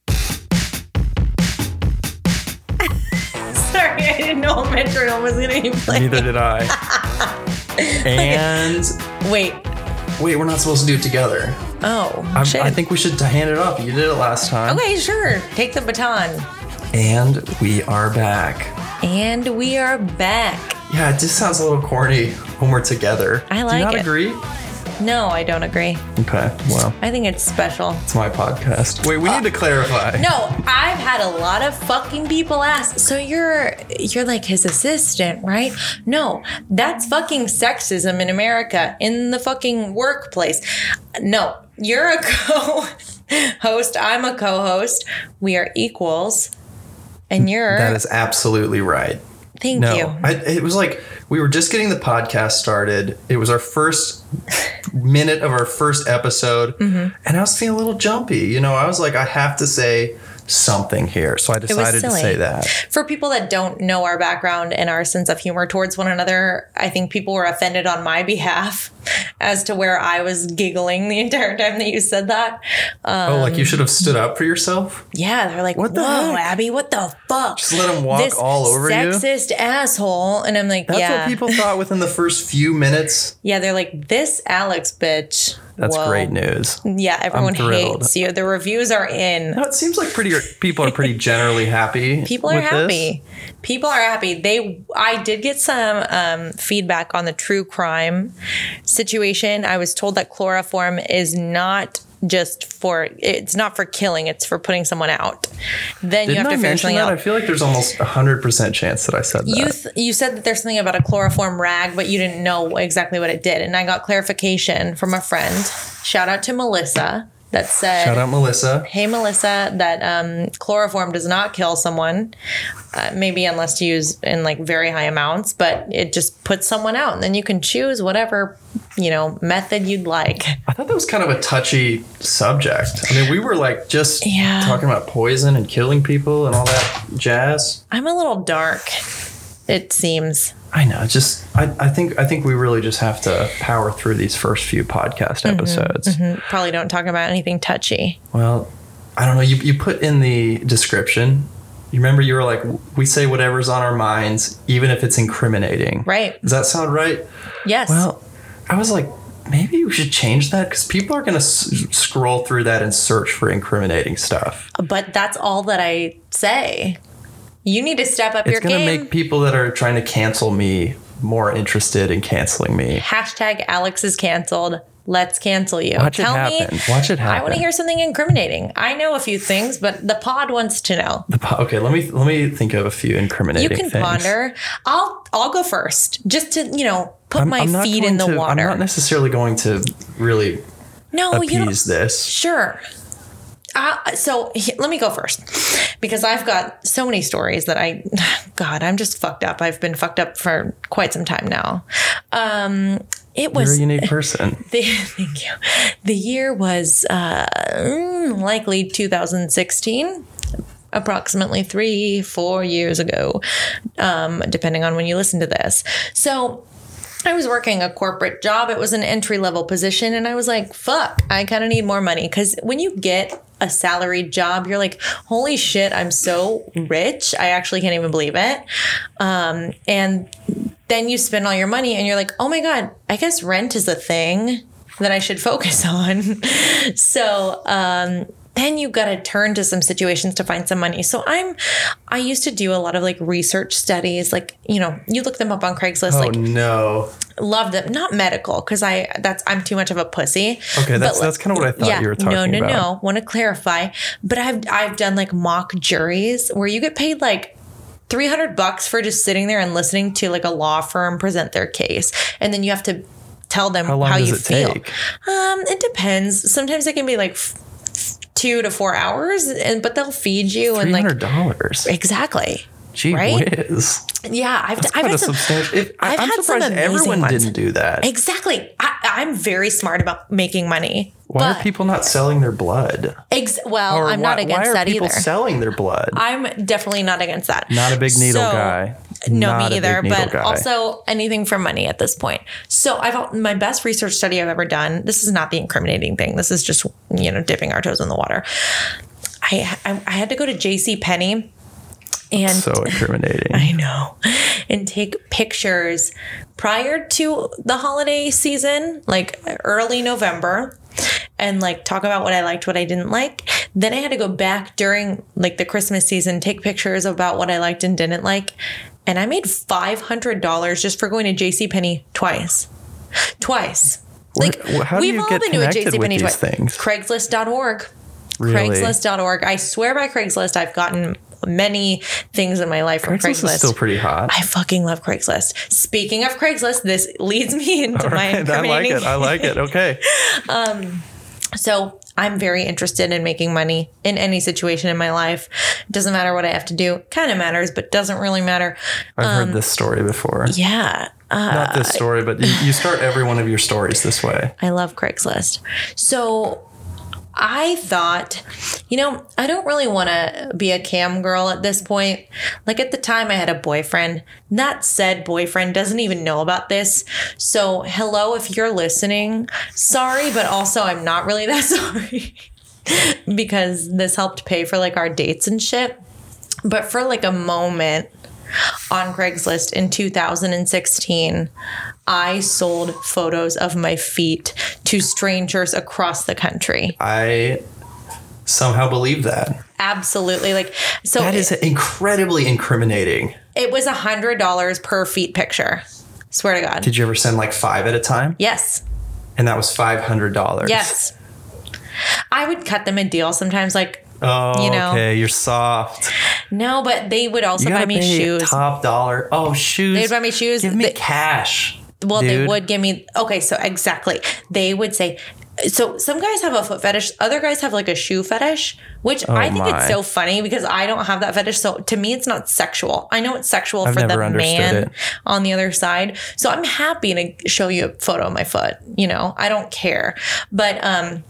I didn't know a metronome was gonna be playing. Neither did I. And Wait. wait, we're not supposed to do it together. Oh. I'm, shit. I think we should hand it off. You did it last time. Okay, sure. Take the baton. And we are back. And we are back. Yeah, it just sounds a little corny when we're together. I Do like you not it. agree? No, I don't agree. Okay. Well, I think it's special. it's my podcast. Wait, we need to clarify. Uh, No, I've had a lot of fucking people ask. So you're you're like his assistant, right? No, that's fucking sexism in America in the fucking workplace. No, you're a co-host. I'm a co-host. We are equals. And you're That is absolutely right. thank No, you. I, it was like we were just getting the podcast started. It was our first minute of our first episode, Mm-hmm. and I was feeling a little jumpy. You know, I was like, I have to say something here, so I decided to silly. say that. For people that don't know our background and our sense of humor towards one another, I think people were offended on my behalf as to where I was giggling the entire time that you said that. oh, like Um, you should have stood up for yourself. Yeah, they're like, What the "Whoa, heck?" Abby, what the fuck?" Just let 'em walk all over you? Sexist asshole, and I'm like, That's "Yeah, what people thought within the first few minutes. yeah." They're like, "This Alex bitch." That's Whoa. great news. Yeah, everyone thrilled. hates you. The reviews are in. No, it seems like pretty people are pretty generally happy. People are with this. happy. People are happy. They. I did get some um, feedback on the true crime situation. I was told that chloroform is not just for it's not for killing it's for putting someone out then you have Didn't to I figure mention something that? out I feel like there's almost a hundred percent chance that I said that. You th- you said that there's something about a chloroform rag, but you didn't know exactly what it did. And I got clarification from a friend. Shout out to Melissa that said, Shout out Melissa. "Hey Melissa, that um, chloroform does not kill someone, uh, maybe unless you use in like very high amounts, but it just puts someone out, and then you can choose whatever you know method you'd like." I thought that was kind of a touchy subject. I mean, we were like just Yeah. talking about poison and killing people and all that jazz. I'm a little dark, it seems. I know. Just I, I think I think we really just have to power through these first few podcast Mm-hmm, episodes. Probably don't talk about anything touchy. Well, I don't know. You you put in the description. You remember you were like, we say whatever's on our minds, even if it's incriminating. Right. Does that sound right? Yes. Well, I was like, maybe we should change that because people are going to s- scroll through that and search for incriminating stuff. but that's all that I say. You need to step up your it's going to game. make people that are trying to cancel me more interested in canceling me. Hashtag Alex is canceled. Let's cancel you. Watch it Tell happen. me. Watch it happen. I want to hear something incriminating. I know a few things, but the pod wants to know. The po- okay, let me let me think of a few You incriminating can things. ponder. I'll I'll go first, just to you know put my not feet going in the to- I'm water. not necessarily going to really no, you don't. appease this. Sure. Uh, so he- let me go first because I've got so many stories that I, God, I'm just fucked up. I've been fucked up for quite some time now. Um, it You're a was unique person. the, thank you. The year was uh, mm, likely 2016, approximately three, four years ago, um, depending on when you listen to this. So I was working a corporate job. It was an entry level position. And I was like, fuck, I kind of need more money. Because when you get a salaried job, you're like, holy shit, I'm so rich. I actually can't even believe it. Um, and then you spend all your money and you're like, oh my God, I guess rent is a thing that I should focus on. so um, then you got to turn to some situations to find some money. So I'm, I used to do a lot of like research studies, like, you know, you look them up on Craigslist, Oh like no. love them not medical because i that's i'm too much of a pussy Okay, that's like- that's kind of what I thought you were talking no no about. no want to clarify but i've i've done like mock juries where you get paid like 300 bucks for just sitting there and listening to like a law firm present their case and then you have to tell them How long does you it feel take? um it depends sometimes it can be like f- two to four hours and but they'll feed you and Three like hundred dollars. exactly Gee right? whiz. yeah i've, I've What a had some substantial. If, I, I've am had some surprised amazing everyone ones. didn't do that. Exactly. I, I'm very smart about making money. Why but are people not selling their blood? Ex- well, Or I'm why, not against why are that people either. selling their blood? I'm definitely not against that. Not a big needle So- guy. No, Not me a big either. needle But guy. also anything for money at this point. So I've my best research study I've ever done. This is not the incriminating thing. This is just you know dipping our toes in the water. I I, I had to go to J.C. Penney and So incriminating. I know. And take pictures prior to the holiday season, like early November, and like talk about what I liked, what I didn't like. Then I had to go back during like the Christmas season, take pictures about what I liked and didn't like. And I made $500 just for going to JCPenney twice. Twice. Where- Like, wh- how do we've you all get been to a connected with JCPenney these twice. things? Craigslist.org. Really? Craigslist.org. I swear by Craigslist, I've gotten many things in my life from Craigslist is Craigslist. still pretty hot. I fucking love Craigslist. Speaking of Craigslist, this leads me into my Alright, I like incriminating- it. Uh, I like it. Okay. so I'm very interested in making money in any situation in my life. Doesn't matter what I have to do. Kind of matters, but doesn't really matter. I've heard this story before. Yeah. Um, Uh, Not this story, but you, you start every one of your stories this way. I love Craigslist. So I thought, you know, I don't really want to be a cam girl at this point. Like at the time, I had a boyfriend. That said boyfriend doesn't even know about this. So, hello, if you're listening, sorry, but also I'm not really that sorry because this helped pay for like our dates and shit. But for like a moment on Craigslist in 2016, I sold photos of my feet to strangers across the country. I somehow believe that. Absolutely. Like, so That is it, incredibly incriminating. it was a $100 per feet picture. Swear to God. Did you ever send like five at a time? yes. And that was five hundred dollars. Yes. I would cut them a deal sometimes, like, Oh, You know. okay. You're soft. no, but they would also You buy gotta me pay shoes. Top dollar. Oh, shoes. They'd buy me shoes. Give me They- cash. Well, they dude. would give me. Okay, so exactly. They would say. So some guys have a foot fetish, other guys have like a shoe fetish, which I think Oh my. it's so funny because I don't have that fetish. So to me, it's not sexual. I know it's sexual for the never understood man it. on the other side. So I'm happy to show you a photo of my foot. You know, I don't care. But um,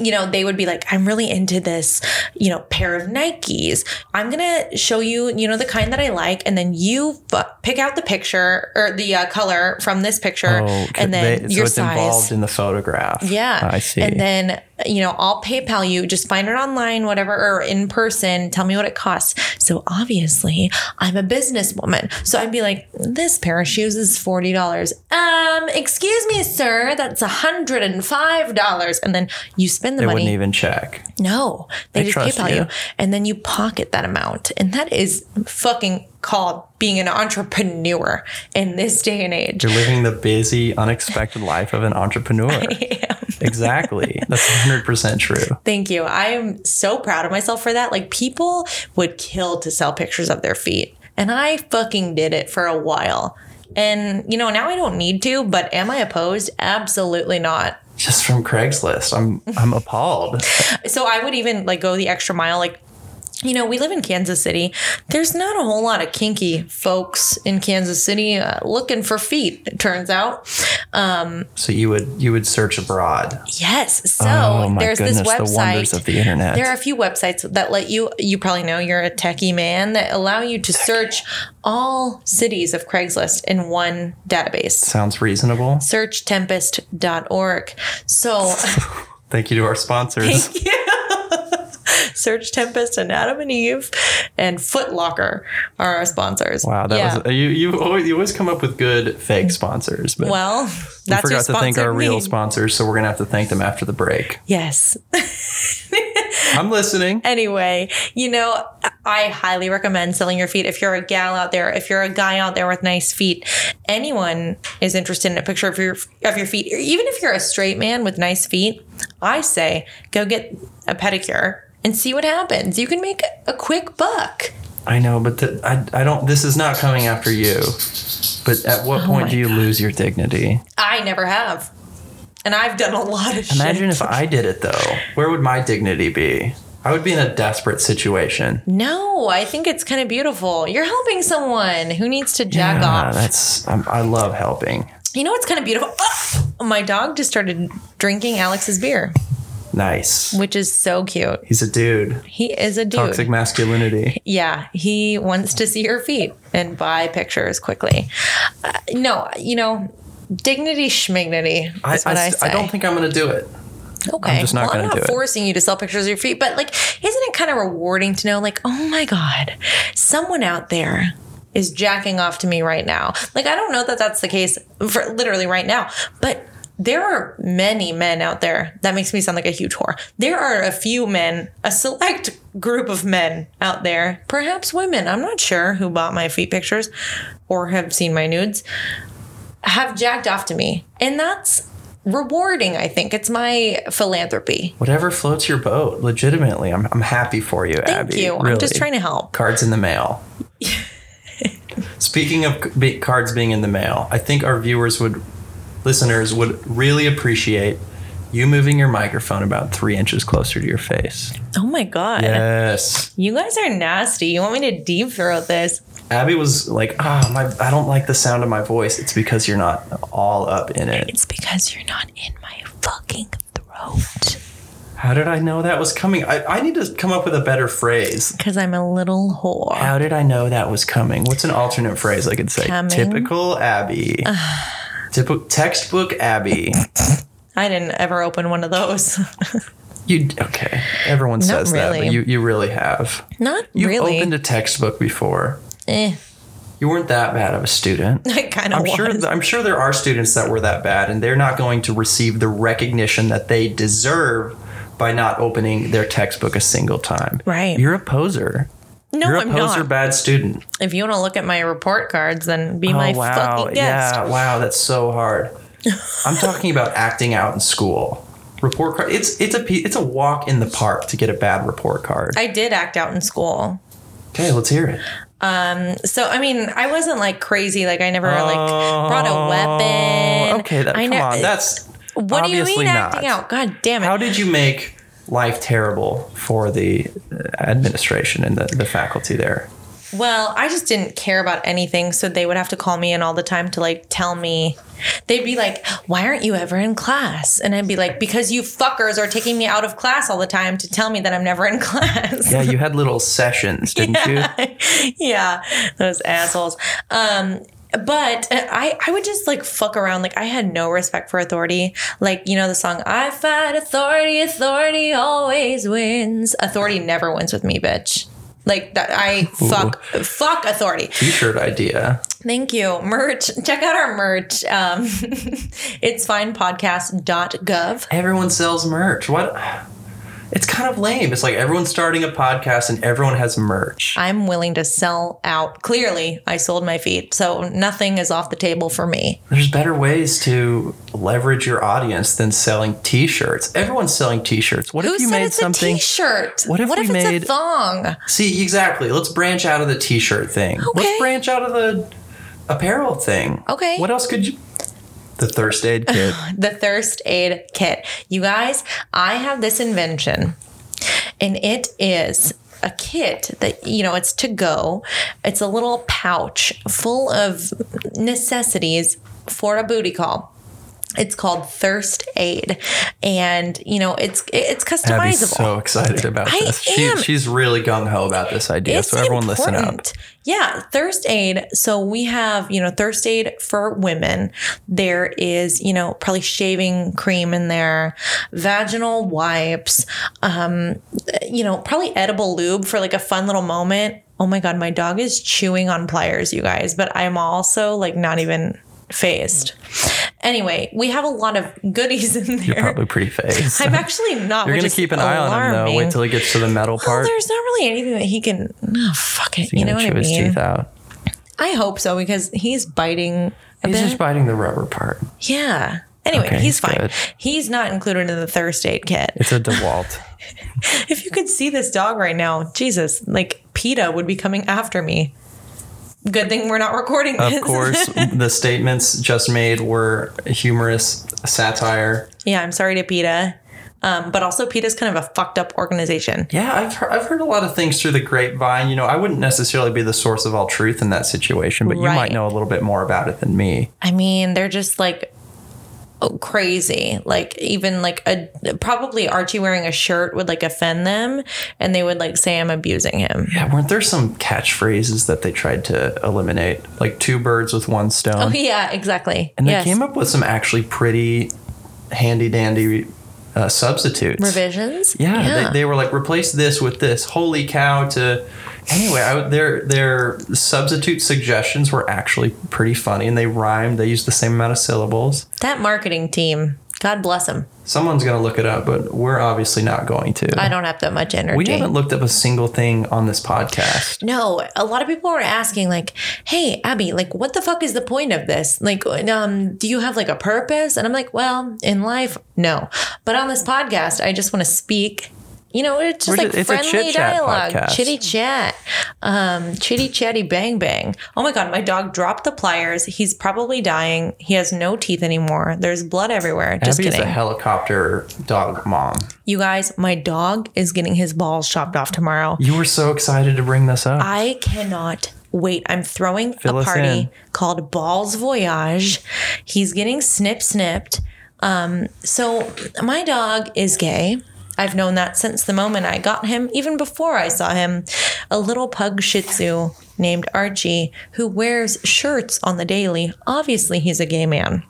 you know, they would be like, I'm really into this, you know, pair of Nikes. I'm going to show you, you know, the kind that I like. And then you fu- pick out the picture or the uh, color from this picture Oh, and then they, your so it's size. involved in the photograph. Yeah. I see. And then, you know, I'll PayPal you. Just find it online, whatever, or in person. Tell me what it costs. So obviously, I'm a businesswoman. So I'd be like, this pair of shoes is $40. Um, excuse me, sir, that's $105. And then you spend the they money. wouldn't even check. No, they, just trust PayPal you. you. and then you pocket that amount, and that is fucking called being an entrepreneur in this day and age. You're living the busy, unexpected life of an entrepreneur. exactly. That's 100% true. Thank you. I am so proud of myself for that. Like people would kill to sell pictures of their feet, and I fucking did it for a while. And you know, now I don't need to, but am I opposed? Absolutely not. Just from Craigslist. I'm I'm appalled. so I would even like go the extra mile. Like, you know, we live in Kansas City. There's not a whole lot of kinky folks in Kansas City uh, looking for feet. It turns out, So you would you would search abroad. yes. So oh my there's goodness, this the wonders website. of the internet. there are a few websites that let you. You probably know you're a techie man that allow you to search all cities of Craigslist in one database. Sounds reasonable. SearchTempest.org. So Thank you to our sponsors. Search Tempest and Adam and Eve and Foot Locker are our sponsors. Wow, that Yeah. was you. You always, you always come up with good fake sponsors, but Well, we that's forgot your to thank sponsor our real need. sponsors, so we're gonna have to thank them after the break. Yes. I'm listening. Anyway, you know, I highly recommend selling your feet if you're a gal out there, if you're a guy out there with nice feet. Anyone is interested in a picture of your of your feet, even if you're a straight man with nice feet. I say go get a pedicure and see what happens. You can make a quick buck. I know, but th- I I don't. This is not coming after you. But at what point Oh my do you lose your dignity? I never have, and I've done a lot of shit. Imagine if I did it though. Where would my dignity be? I would be in a desperate Oh situation. No, I think it's kind of beautiful. You're helping someone who needs to jack Yeah, off. Ah, That's I'm, I love helping. You know what's kind of beautiful? Oh, my dog just started drinking Alex's beer, Nice. which is so cute. He's a dude. He is a dude. Toxic masculinity. Yeah, he wants to see her feet and buy pictures quickly. Uh, no, you know, dignity schmignity I, is what I, s- say. I don't think I'm gonna do it. Okay. I'm just not well, going I'm to not do it. forcing you to sell pictures of your feet, but like, isn't it kind of rewarding to know, like, oh my God, someone out there is jacking off to me right now? Like, I don't know that that's the case for literally right now, but there are many men out there. That makes me sound like a huge whore. There are a few men, a select group of men out there, perhaps women, I'm not sure, who bought my feet pictures or have seen my nudes have jacked off to me. And that's rewarding, I think. It's my philanthropy. Whatever floats your boat, legitimately. I'm, I'm happy for you, Thank Abby. you. I'm just really. trying to help. cards in the mail. Speaking of c- be- cards being in the mail, I think our viewers would, listeners would really appreciate you moving your microphone about three inches closer to your face. Oh my God. Yes. You guys are nasty. You want me to deep throat this? Abby was like, ah, my, I don't like the sound of my voice. It's because you're not all up in it. It's because you're not in my fucking throat. How did I know that was coming? I, I need to come up with a better phrase. Because I'm a little whore. How did I know that was coming? What's an alternate phrase I could say? Coming. Typical Abby. Typical textbook Abby. I didn't ever open one of those. You okay? Everyone says that, really. but you you really have. not You really. opened a textbook before. eh, You weren't that bad of a student. I kind of I'm was. sure. th- I'm sure there are students that were that bad, and they're not going to receive the recognition that they deserve by not opening their textbook a single time. Right. You're a poser. no, You're a I'm poser, not. bad student. if you want to look at my report cards, then be my fucking guest. Oh, Yeah, wow, that's so hard. I'm talking about acting out in school. Report card. It's it's a pe- it's a walk in the park to get a bad report card. I did act out in school. Okay, let's hear it. So I mean, I wasn't like crazy. Like I never like brought a Oh, weapon. Okay, that, I come ne- on. That's what do you obviously mean not. acting out? God damn it! How did you make life terrible for the uh, administration and the, the faculty there? well, I just didn't care about anything, so they would have to call me in all the time to like tell me. They'd be like, "Why aren't you ever in class?" And I'd be like, "Because you fuckers are taking me out of class all the time to tell me that I'm never in class." Yeah, you had little sessions, didn't you? yeah, those assholes. Um, but I, I would just like fuck around. Like I had no respect for authority. Like you know the song "I fight authority, authority always wins." Authority never wins with me, bitch. Like that, I fuck fuck authority. T-shirt idea. Thank you. Merch. Check out our merch. Um, it's finepodcast.gov. Everyone sells merch. What? It's kind of lame. It's like everyone's starting a podcast and everyone has merch. I'm willing to sell out. Clearly, I sold my feet, so nothing is off the table for me. There's better ways to leverage your audience than selling T-shirts. Everyone's selling T-shirts. What Who if you said made it's a something? t-shirt? What if we it's made- a thong? See, exactly. Let's branch out of the t-shirt thing. Okay. Let's branch out of the apparel thing. Okay. What else could you? The thirst aid kit. The thirst aid kit. You guys, I have this invention, and it is a kit that you know it's to go. It's a little pouch full of necessities for a booty call. It's called Thirst Aid, and you know it's it's customizable. Abby's so excited about I this. She- am. she's really gung ho about this idea. so everyone, listen up. important. Yeah, thirst aid. So we have, you know, thirst aid for women. There is, you know, probably shaving cream in there, vaginal wipes, um, you know, probably edible lube for like a fun little moment. Oh my god, my dog is chewing on pliers, you guys, but I'm also like not even phased. Anyway, we have a lot of goodies in there. Probably pretty face. I'm actually not. You're which gonna is keep an eye on him though. alarming. Wait till he gets to the metal Well, part. there's not really anything that he can. No, fuck it. He's You know what gonna I chew his mean? teeth out. I hope so because he's biting a He's bit. just biting the rubber part. yeah. Anyway, Okay, he's he's fine. good. He's not included in the thirst aid kit. It's a Dewalt. If you could see this dog right now, Jesus, like PETA would be coming after me. Good thing we're not recording this. of course, the statements just made were humorous satire. yeah, I'm sorry to PETA. Um, but also, PETA's kind of a fucked up organization. Yeah, I've heard, I've heard a lot of things through the grapevine. You know, I wouldn't necessarily be the source of all truth in that situation, but you Right. might know a little bit more about it than me. I mean, they're just like oh, crazy. Like even like a probably Archie wearing a shirt would like offend them, and they would like say I'm abusing him. Yeah, weren't there some catchphrases that they tried to eliminate, like two birds with one stone? Yeah, exactly. and they Oh, yes. came up with some actually pretty handy uh, dandy uh, substitutes. revisions. Yeah, They, they were like replace this with this. Holy cow! To anyway, I, would- their their substitute suggestions were actually pretty funny, and they rhymed. They used the same amount of syllables. that marketing team. God bless them. Someone's gonna look it up, but we're obviously not going to. I don't have that much energy. we haven't looked up a single thing on this podcast. No, a lot of people were asking, like, "Hey, Abby, like, what the fuck is the point of this? Like, um, do you have like a purpose?" And I'm like, "Well, in life, no, but on this podcast, I just want to speak." You know, it's just We're like ju- it's a friendly chit-chat dialogue, podcast. chitty chat, um, chitty chatty bang bang. Oh my god, my dog dropped the pliers. He's probably dying. He has no teeth anymore. There's blood everywhere. Just Abby is a kidding. helicopter dog mom. You guys, my dog is getting his balls chopped off tomorrow. You were so excited to bring this up. I cannot wait. I'm throwing Fill a us party in. called Balls Voyage. He's getting snip snipped. Um, so my dog is gay. I've known that since the moment I got him, even before I saw him. A little pug shih tzu named Archie who wears shirts on the daily. Obviously, he's a gay man.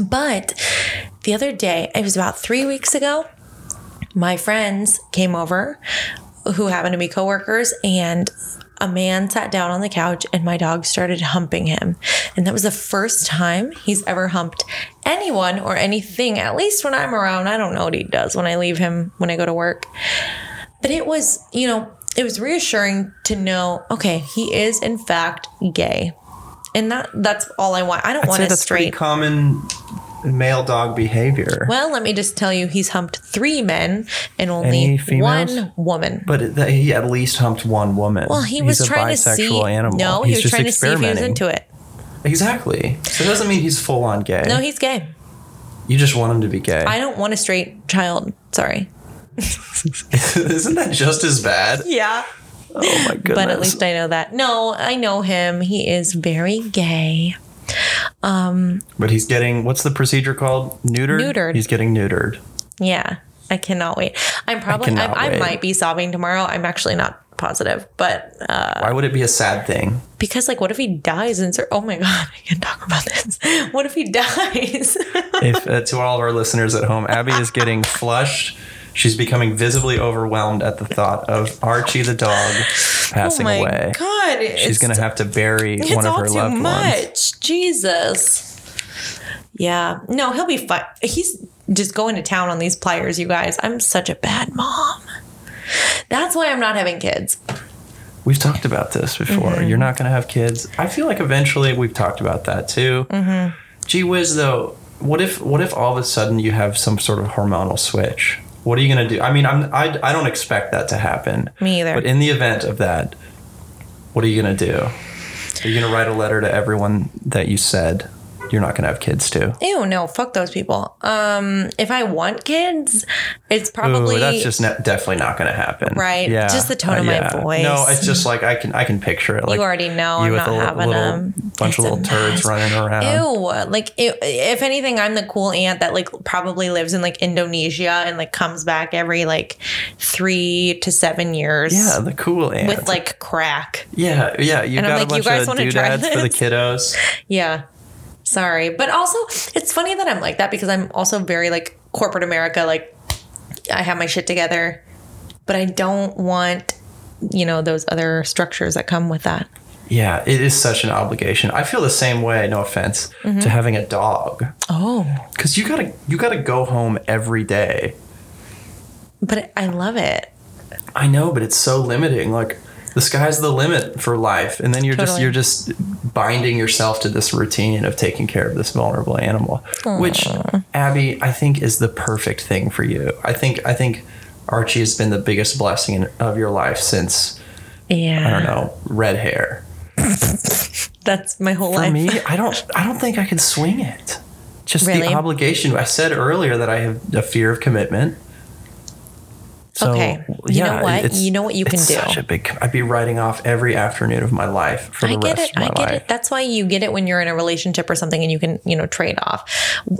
But the other day, it was about three weeks ago, my friends came over who happened to be coworkers and a man sat down on the couch and my dog started humping him. And that was the first time he's ever humped anyone or anything, at least when I'm around. I don't know what he does when I leave him when I go to work. But it was, you know, it was reassuring to know, okay, he is in fact gay. And that that's all I want. I don't I'd want say a that's straight pretty common male dog behavior. well, let me just tell you, he's humped three men and Any only females? one woman. But it- that he at least humped one woman. well, he He's was a trying to bisexual see. Animal. No, he He's was just trying to see if he was experimenting. into it. Exactly. So it doesn't mean he's full on gay. No, he's gay. you just want him to be gay. I don't want a straight child. Sorry. Isn't that just as bad? Yeah. Oh my goodness. But at least I know that. No, I know him. He is very gay. But he's getting what's the procedure called? Neutered. Neutered. He's getting neutered. Yeah. I cannot wait. I'm probably, I, cannot I, wait. might be sobbing tomorrow. I'm actually not positive, but uh, Why would it be a sad thing? because, like, what if he dies? And oh my God, I can talk about this. What if he dies? If uh, to all of our listeners at home, Abby is getting flushed. She's becoming visibly overwhelmed at the thought of Archie the dog oh passing my away. God. She's it's- going to have to bury It's one of all her loved too ones. much. Jesus. Yeah. No, he'll be fine. He's just going to town on these pliers, you guys. I'm such a bad mom. That's why I'm not having kids. We've talked about this before. Mm-hmm. You're not going to have kids. I feel like eventually we've talked about that too. Mm-hmm. Gee whiz, though, what if what if all of a sudden you have some sort of hormonal switch? What are you going to do? I mean, I'm I, I don't expect that to happen. Me either. But in the event of that, what are you going to do? Are you going to write a letter to everyone that you said you're not going to have kids to? Ew, no, fuck those people. Um, if I want kids, it's probably Ooh, that's just ne- definitely not going to happen. Right. Yeah. Uh, Just the tone of my voice. No, it's just like I can I can picture it. Like you already know I'm you with not a li- having little them. bunch of It's a little turds mess. running around. Ew, like ew, if anything, I'm the cool aunt that like probably lives in like Indonesia and like comes back every like three to seven years Yeah, the cool aunt. with like crack. yeah, yeah, you And I'm got like, a you bunch guys of wanna try doodads for the this? kiddos. Yeah. Sorry. But also, it's funny that I'm like that because I'm also very like corporate America. Like, I have my shit together, but I don't want, you know, those other structures that come with that. Yeah, it is such an obligation. I feel the same way. No offense Mm-hmm. to having a dog, Oh. because you gotta you gotta go home every day. But I love it. I know, but it's so limiting. Like the sky's the limit for life, and then you're just Totally. you're just binding yourself to this routine of taking care of this vulnerable animal, which Abby, I think, is the perfect thing for you. I think I think Archie has been the biggest blessing in, of your life since Yeah. I don't know red hair. That's my whole For life. me, I don't I don't think I could swing it. Just Really? the obligation. I said earlier that I have a fear of commitment. So, Okay. You know what? it's- You know what you can it's do. Such a big. I'd be writing off every afternoon of my life for the I get rest it. of my I get life. it. That's why you get it when you're in a relationship or something and you can, you know, trade off.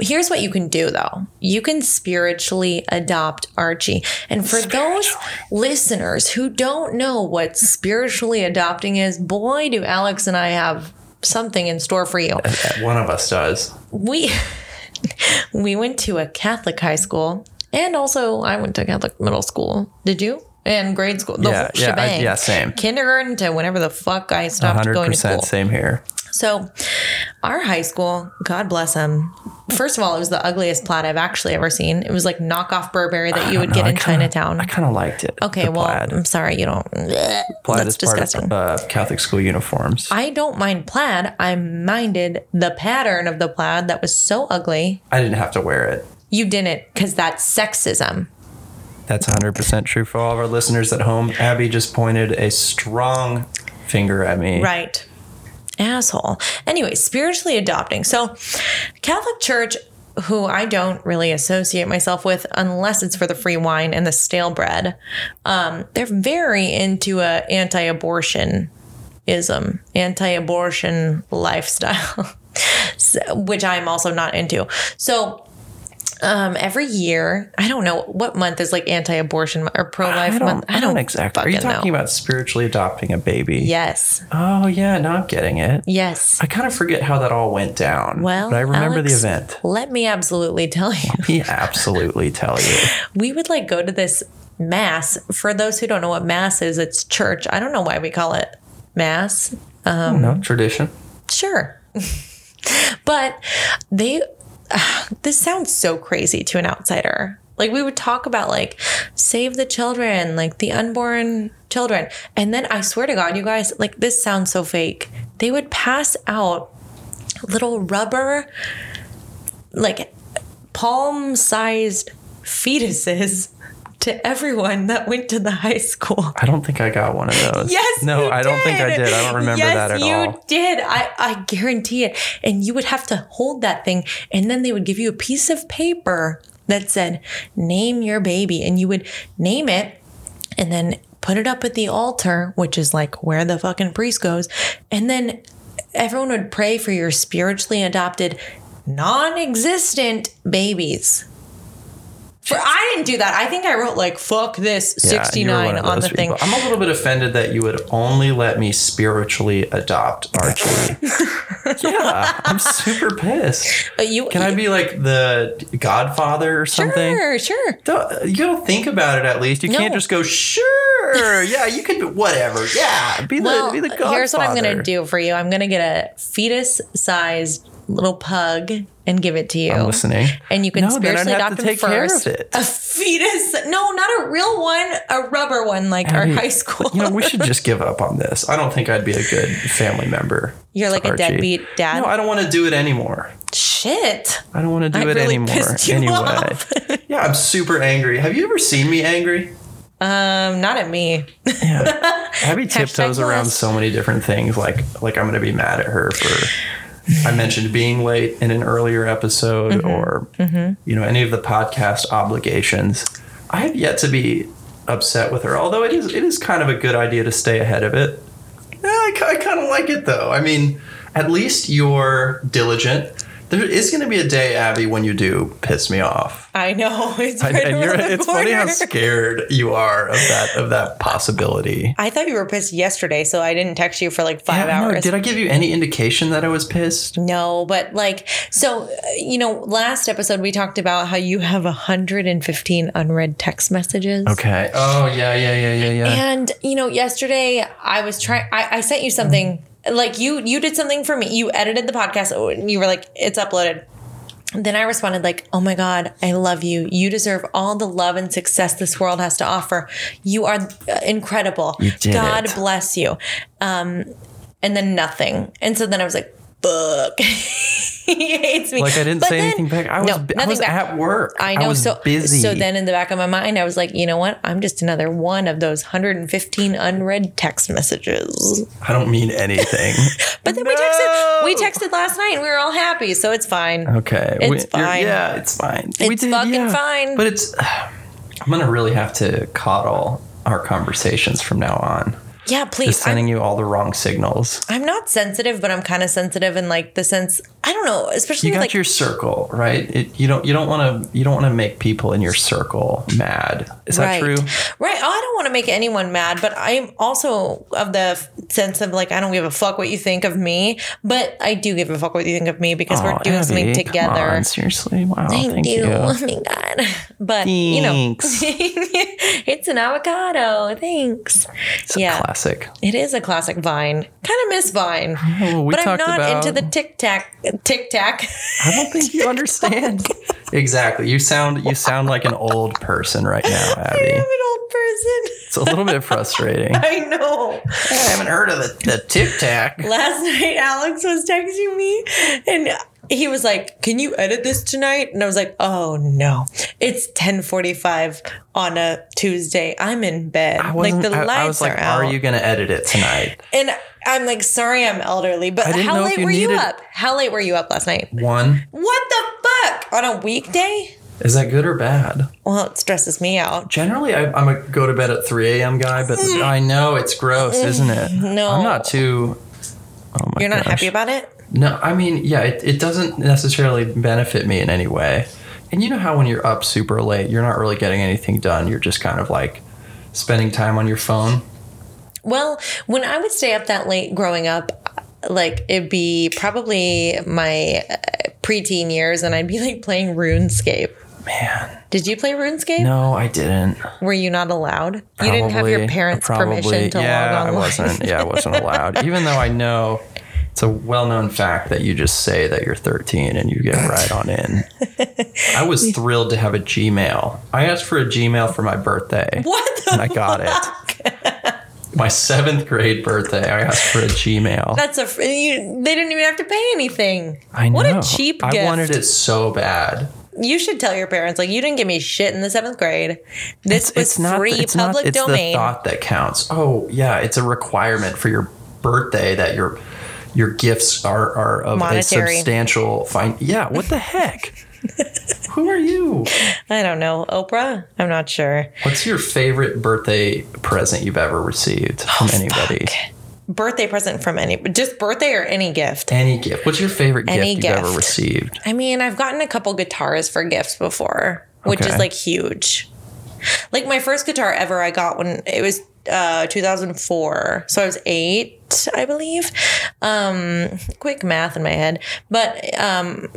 Here's what you can do though. You can spiritually adopt Archie. And for those listeners who don't know what spiritually adopting is, boy, do Alex and I have something in store for you. One of us does. We we went to a Catholic high school And also, I went to Catholic middle school. Did you? And grade school. The Yeah, whole yeah, I- shebang. yeah, same. Kindergarten to whenever the fuck I stopped going to school. 100% same here. So, our high school, God bless him. First of all, it was the ugliest plot I've actually ever seen. It was like knockoff Burberry that you would get No, I in kinda- Chinatown. I kind of liked it. okay, The well, plaid. I'm sorry, you don't. Plaid That's is part disgusting. of uh, Catholic school uniforms. I don't mind plaid. I minded the pattern of the plaid that was so ugly. I didn't have to wear it. You didn't, because that's sexism. That's 100% true for all of our listeners at home. Abby just pointed a strong finger at me. Right. Asshole. Anyway, spiritually adopting. So, Catholic Church, who I don't really associate myself with unless it's for the free wine and the stale bread, um, they're very into a anti-abortion ism, anti-abortion lifestyle, so- which I'm also not into. So. Um, every year, I don't know what month is like anti-abortion or pro-life I month. don't, I don't exactly. Are you fucking talking know. about spiritually adopting a baby? Yes, Oh, yeah. Now I'm getting it. yes. I kind of forget how that all went down. Well, but I remember Alex- the event. Let me absolutely tell you. He absolutely tell you. We would like go to this mass. For those who don't know what mass is, it's church. I don't know why we call it mass. Um, no tradition. Sure. but they this sounds so crazy to an outsider. Like we would talk about like save the children, like the unborn children. And then I swear to God, you guys, like this sounds so fake. They would pass out little rubber like palm-sized fetuses to everyone that went to the high school. I don't think I got one of those. Yes. No, you I don't think I did. I don't remember Yes, that at you all. did. I, I guarantee it. And you would have to hold that thing, and then they would give you a piece of paper that said, name your baby. And you would name it and then put it up at the altar, which is like where the fucking priest goes. And then everyone would pray for your spiritually adopted, non existent babies. For, I didn't do that. I think I wrote like "fuck this" Yeah, sixty you were one nine of on the those thing. people. I'm a little bit offended that you would only let me spiritually adopt Archie. yeah, I'm super pissed. Uh, You Can I be like the godfather or something? Sure, sure. Don't- you gotta think about it at least. You can't No. just go, sure, yeah, you can do whatever. Yeah, be the, Well, be the godfather. here's what I'm gonna do for you. I'm gonna get a fetus-sized little pug and give it to you. I'm listening. And you can No, then I'd spiritually have adopt to him take care of first. it. A fetus? No, not a real one. A rubber one, like our Abby, high school. You know, we should just give up on this. I don't think I'd be a good family member. You're to like a Archie. deadbeat dad. No, I don't want to do it anymore. Shit. I don't want to do I it really anymore. pissed you anyway. off. yeah, I'm super angry. Have you ever seen me angry? Um, not at me. Yeah. Abby tiptoes around blessed. so many different things. Like, like I'm gonna be mad at her for. I mentioned being late in an earlier episode, Mm-hmm. or you know, any of the podcast obligations. I have yet to be upset with her. Although it is, it is kind of a good idea to stay ahead of it. Yeah, I, kind of like it though. I mean, at least you're diligent. There is going to be a day, Abby, when you do piss me off. I know. It's I- right and you're, around the it's funny how corner. scared you are of that of that possibility. I thought you were pissed yesterday, so I didn't text you for like five Yeah, no, hours. did I give you any indication that I was pissed? No, but like, so, uh, you know, last episode we talked about how you have 115 unread text messages. Okay. Oh yeah, yeah, yeah, yeah, yeah. And, you know, yesterday I was trying, I sent you something. Like you, you did something for me. You edited the podcast. oh, and You were like, "It's uploaded." And then I responded like, "Oh my god, I love you. You deserve all the love and success this world has to offer. You are uh, incredible. You did God it. bless you." Um, and then nothing. And so then I was like, "Fuck." he hates me. like I didn't But say then- anything back. I was No, bu- I nothing was back. at work. I know. was so busy. So then, in the back of my mind, I was like, you know what? I'm just another one of those 115 unread text messages. I don't mean anything. But then we texted. We texted last night, and we were all happy, so it's fine. Okay. It's you're- fine. Yeah, it's fine. It's fucking fine. But it's. I'm gonna really have to coddle our conversations from now on. Yeah, Just please. I'm, sending you all the wrong signals. I'm not sensitive, but I'm kind of sensitive in like the sense. I don't know, especially you got like your circle right it, you don't you don't want to you don't want to make people in your circle mad is that right, true right. Oh, I don't want to make anyone mad, but I'm also of the f- sense of like, I don't give a fuck what you think of me, but I do give a fuck what you think of me because we're Oh, doing something Abby, come together. on, seriously, wow, Thank thank you. you. Oh my god. But you know, Thanks. it's an avocado. Thanks. yeah, Classic. it is a classic Vine. Kind of miss Vine, Oh, we but I'm talked not about- into the tic tac. Tic tac. I don't think you understand. Exactly. You sound you sound like an old person right now, I'm Abby. an old person. It's a little bit frustrating. I I know. haven't heard of the, the Tic Tac. Last night, Alex was texting me and. He was like, "Can you edit this tonight?" And I was like, "Oh no, it's ten forty-five on a Tuesday. I'm in bed. I like wasn't. the I, lights I was like, are out." are you going to edit it tonight? And I'm like, sorry, I'm elderly, but I didn't how know if late you were you needed- up? How late were you up last night? One. What the fuck? On a weekday? Is that good or bad? Well, it stresses me out. Generally, I, I'm a go to bed at 3 a.m. guy, but I know it's gross, isn't it? Mm. Mm-hmm. No. I'm not too. Oh my You're not gosh. happy about it? No, I mean, yeah, it, it doesn't necessarily benefit me in any way. And you know how when you're up super late, you're not really getting anything done. You're just kind of like spending time on your phone. Well, when I would stay up that late growing up, like it'd be probably my uh, preteen years, and I'd be like playing RuneScape. Man, Did you play RuneScape? no, I didn't. Were you not allowed? you didn't have your Probably- parents' probably- permission to yeah, log I on. wasn't. Yeah, I wasn't allowed. Even though I know it's a well-known fact that you just say that you're 13 and you get right on in. I was thrilled to have a Gmail. I asked for a Gmail for my birthday. What the And I got it. My seventh grade birthday, I asked for a Gmail. That's a. fr- You, they didn't even have to pay anything. I know. What a cheap gift. I wanted it so bad. You should tell your parents like you didn't give me shit in the seventh grade. This was it's not. free it's public not, it's domain. the thought that counts. Oh yeah, it's a requirement for your birthday that your your gifts are are of Monetary. a substantial fine. Yeah, what the heck? Who are you? I don't know, Oprah. I'm not sure. What's your favorite birthday present you've ever received Oh, from anybody? Birthday present from any, just birthday or any gift. Any gift. What's your favorite Any gift, you've ever gift. received? I mean, I've gotten a couple guitars for gifts before, which Okay. is like huge. Like my first guitar ever, I got when it was uh, 2004, so I was eight, I believe. Um, quick math in my head, but um,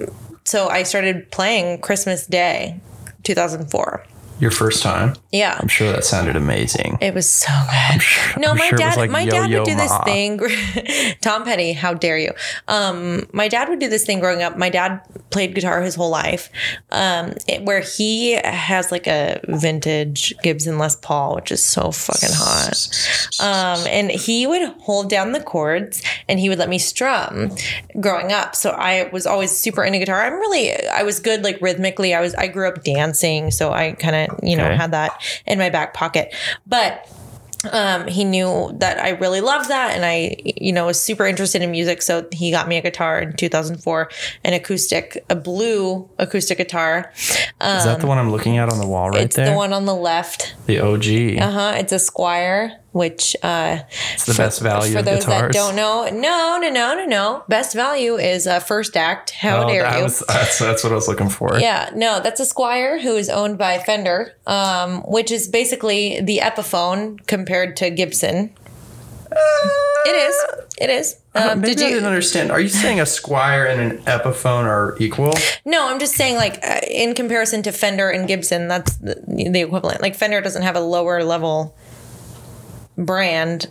so I started playing Christmas Day, 2004. Your first time. Yeah. I'm sure that sounded amazing. It was so good. no, I'm my sure it was dad, like my dad Yo-Yo would do this Ma. thing. Tom Petty, how dare you? Um, my dad would do this thing growing up. My dad played guitar his whole life, um, it- where he has like a vintage Gibson Les Paul, which is so fucking hot. Um, and he would hold down the chords and he would let me strum growing up. So I was always super into guitar. I'm really, I was good like rhythmically. I was, I grew up dancing. So I kind of, you know, Okay. had that in my back pocket. But um, he knew that I really loved that, and I, you know, was super interested in music. So he got me a guitar in 2004, an acoustic, a blue acoustic guitar. Is that the one I'm looking at on the wall right It's there? the one on the left. The OG. Uh huh. It's a Squire, which uh, it's the best value for of those that guitars. don't know, no, no, no, no, no. Best value is uh, first act. How Oh, dare that you? was- that's, that's what I was looking for. Yeah, no, that's a Squire who is owned by Fender, um, which is basically the Epiphone compared to Gibson. It is. It is. Um, Uh, Maybe did I didn't you? understand. Are you saying a Squire and an Epiphone are equal? No, I'm just saying, like, uh, in comparison to Fender and Gibson, that's the, the equivalent. Like, Fender doesn't have a lower level brand,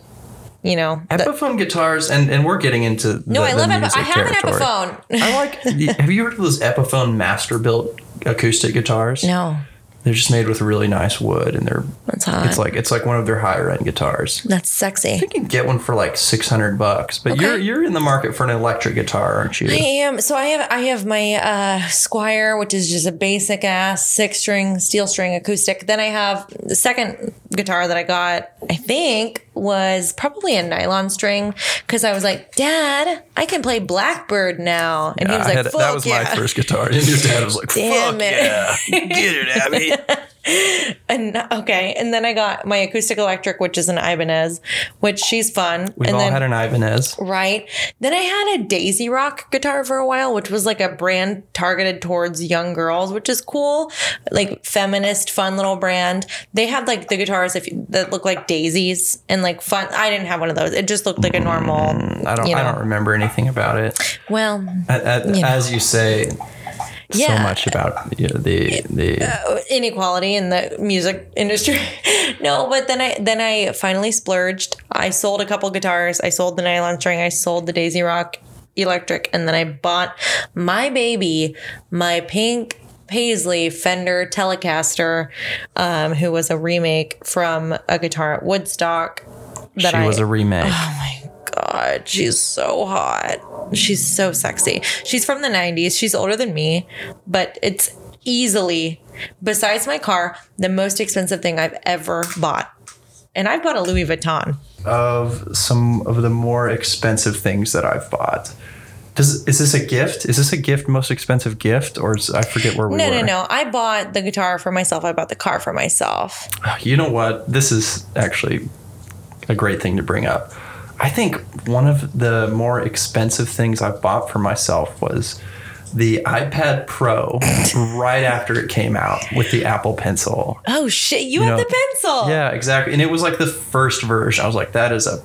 you know. that- Epiphone guitars, and, and we're getting into the, no, I the love Epiphone. music I have territory. an Epiphone. I like. have you heard of those Epiphone master built acoustic guitars? no, They're just made with really nice wood, and they're that's hot. it's like it's like one of their higher end guitars. that's sexy. You can get one for like six hundred bucks, but Okay. you're you're in the market for an electric guitar, aren't you? I am. So I have I have my uh, Squire, which is just a basic ass six string steel string acoustic. Then I have the second guitar that I got. I think was probably a nylon string because I was like, Dad, I can play Blackbird now, and he was I like, had- Fuck that was yeah. my first guitar. And your dad was like, Damn "Fuck it. yeah, get it, Abby." And okay, and then I got my acoustic electric, which is an Ibanez, which she's fun. We've and all then had an Ibanez. right. Then I had a Daisy Rock guitar for a while, which was like a brand targeted towards young girls, which is cool, like feminist, fun little brand. They have like the guitars if you, that look like daisies and like fun. I didn't have one of those. It just looked like a normal. I don't. You I know. don't remember anything about it. Well, A- a- You know. As you say, Yeah. Uh, so much about you know, the the. inequality in the music industry. no, but then I then I finally splurged. I sold a couple guitars. I sold the nylon string. I sold the Daisy Rock electric, and then I bought my baby, my pink paisley fender telecaster um, who was a remake from a guitar at woodstock that she i was a remake. God, she's so hot. She's so sexy. She's from the 90s. She's older than me, but it's easily, besides my car, the most expensive thing I've ever bought. And I've bought a Louis Vuitton. of some of the more expensive things that I've bought. Does is this a gift? Is this a gift? Most expensive gift, or is, I forget where we No, were. no, no. I bought the guitar for myself. I bought the car for myself. You know what? This is actually a great thing to bring up. I think one of the more expensive things I bought for myself was the iPad Pro right after it came out with the Apple Pencil. Oh, shit. You, have know, the pencil. Yeah, exactly. And it was like the first version. I was like, that is a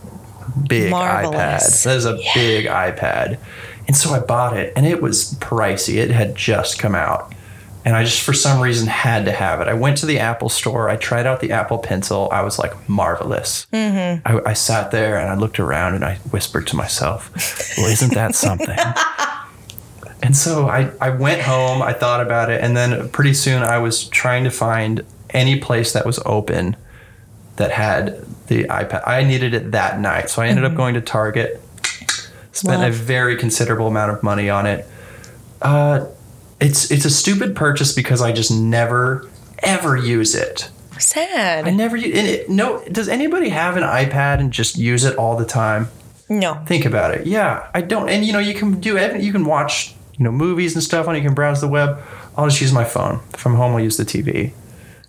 big Marvelous. iPad. That is a big iPad. And so I bought it, and it was pricey. It had just come out. And I just, for some reason, had to have it. I went to the Apple store. I tried out the Apple Pencil. I was like, marvelous. I, I sat there and I looked around and I whispered to myself, well, isn't that something? And so I, I went home, I thought about it, and then pretty soon I was trying to find any place that was open that had the iPad. I needed it that night. So I ended up going to Target, spent a Love. very considerable amount of money on it. Uh, it's it's a stupid purchase because I just never ever use it. Sad. I never u- and it, no does anybody have an iPad and just use it all the time? no. think about it. Yeah, I don't. And you know, you can do ev- you can watch you know movies and stuff on. it. You can browse the web. I'll just use my phone. If I'm home, I'll use the TV.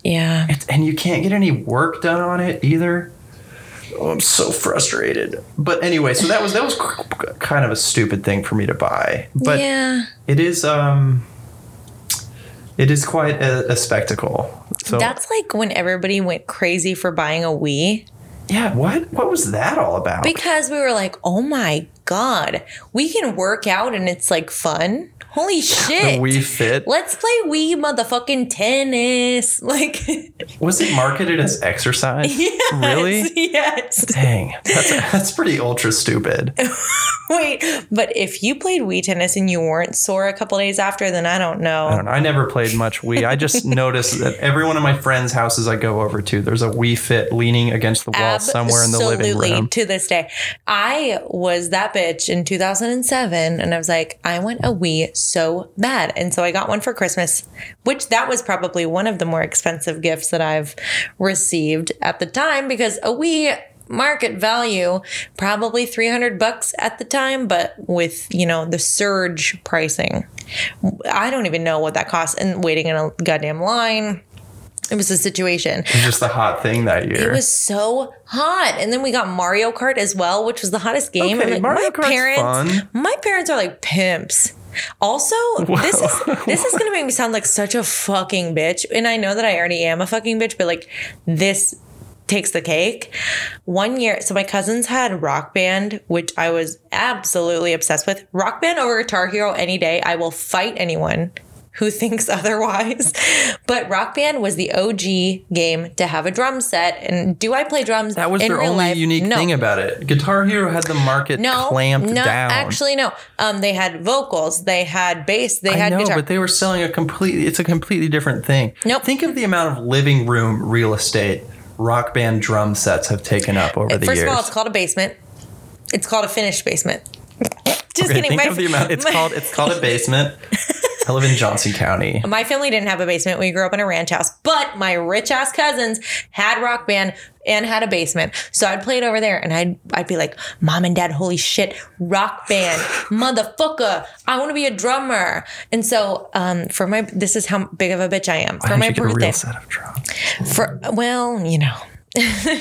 Yeah. It's, and you can't get any work done on it either. Oh, I'm so frustrated. But anyway, so that was that was kind of a stupid thing for me to buy. But yeah. it is um, it is quite a, a spectacle. So That's like when everybody went crazy for buying a Wii. yeah, what what was that all about? Because we were like, oh my God, we can work out and it's like fun. Holy shit. we fit Let's play Wii motherfucking tennis. Like, was it marketed as exercise? Really? yes. Dang, that's, that's pretty ultra stupid. Wait, but if you played Wii tennis and you weren't sore a couple days after, then I don't know. I don't know. I never played much Wii. I just noticed that every one of my friends' houses I go over to, there's a Wii Fit leaning against the wall somewhere in the living Absolutely, room. To this day, I was that bitch in 2007, and I was like, I want a Wii so bad, and so I got one for Christmas, which that was probably one of the more expensive gifts that I've received at the time because a Wii market value probably 300 bucks at the time but with you know the surge pricing i don't even know what that cost and waiting in a goddamn line it was a situation It's just the hot thing that year. it was so hot. And then we got Mario Kart as well, which was the hottest game. Okay, I'm like, Mario my Kart's parents, fun. my parents are like pimps. Also, this is this is gonna make me sound like such a fucking bitch. And I know that I already am a fucking bitch, but like this takes the cake. One year, so my cousins had Rock Band, which I was absolutely obsessed with. Rock Band over Guitar Hero any day. I will fight anyone who thinks otherwise. But Rock Band was the OG game to have a drum set. And do I play drums? that was in their real only life? unique no. thing about it. Guitar Hero had the market no, clamped no, down. actually, no. Um, they had vocals, they had bass, they I had know, guitar. but they were selling a completely. It's a completely different thing. Nope. Think of the amount of living room real estate rock band drum sets have taken up over the First years. of all, it's called a basement. It's called a finished basement. Just Okay, kidding. think my- of the amount. It's my- called. It's called a basement. I live in Johnson County. My family didn't have a basement. We grew up in a ranch house, but my rich ass cousins had rock band and had a basement. So I'd play it over there and I'd I'd be like, Mom and Dad, holy shit, rock band, motherfucker. I want to be a drummer. And so um for my this is how big of a bitch I am. For I my should get a birthday. real set of drums. For well, you know.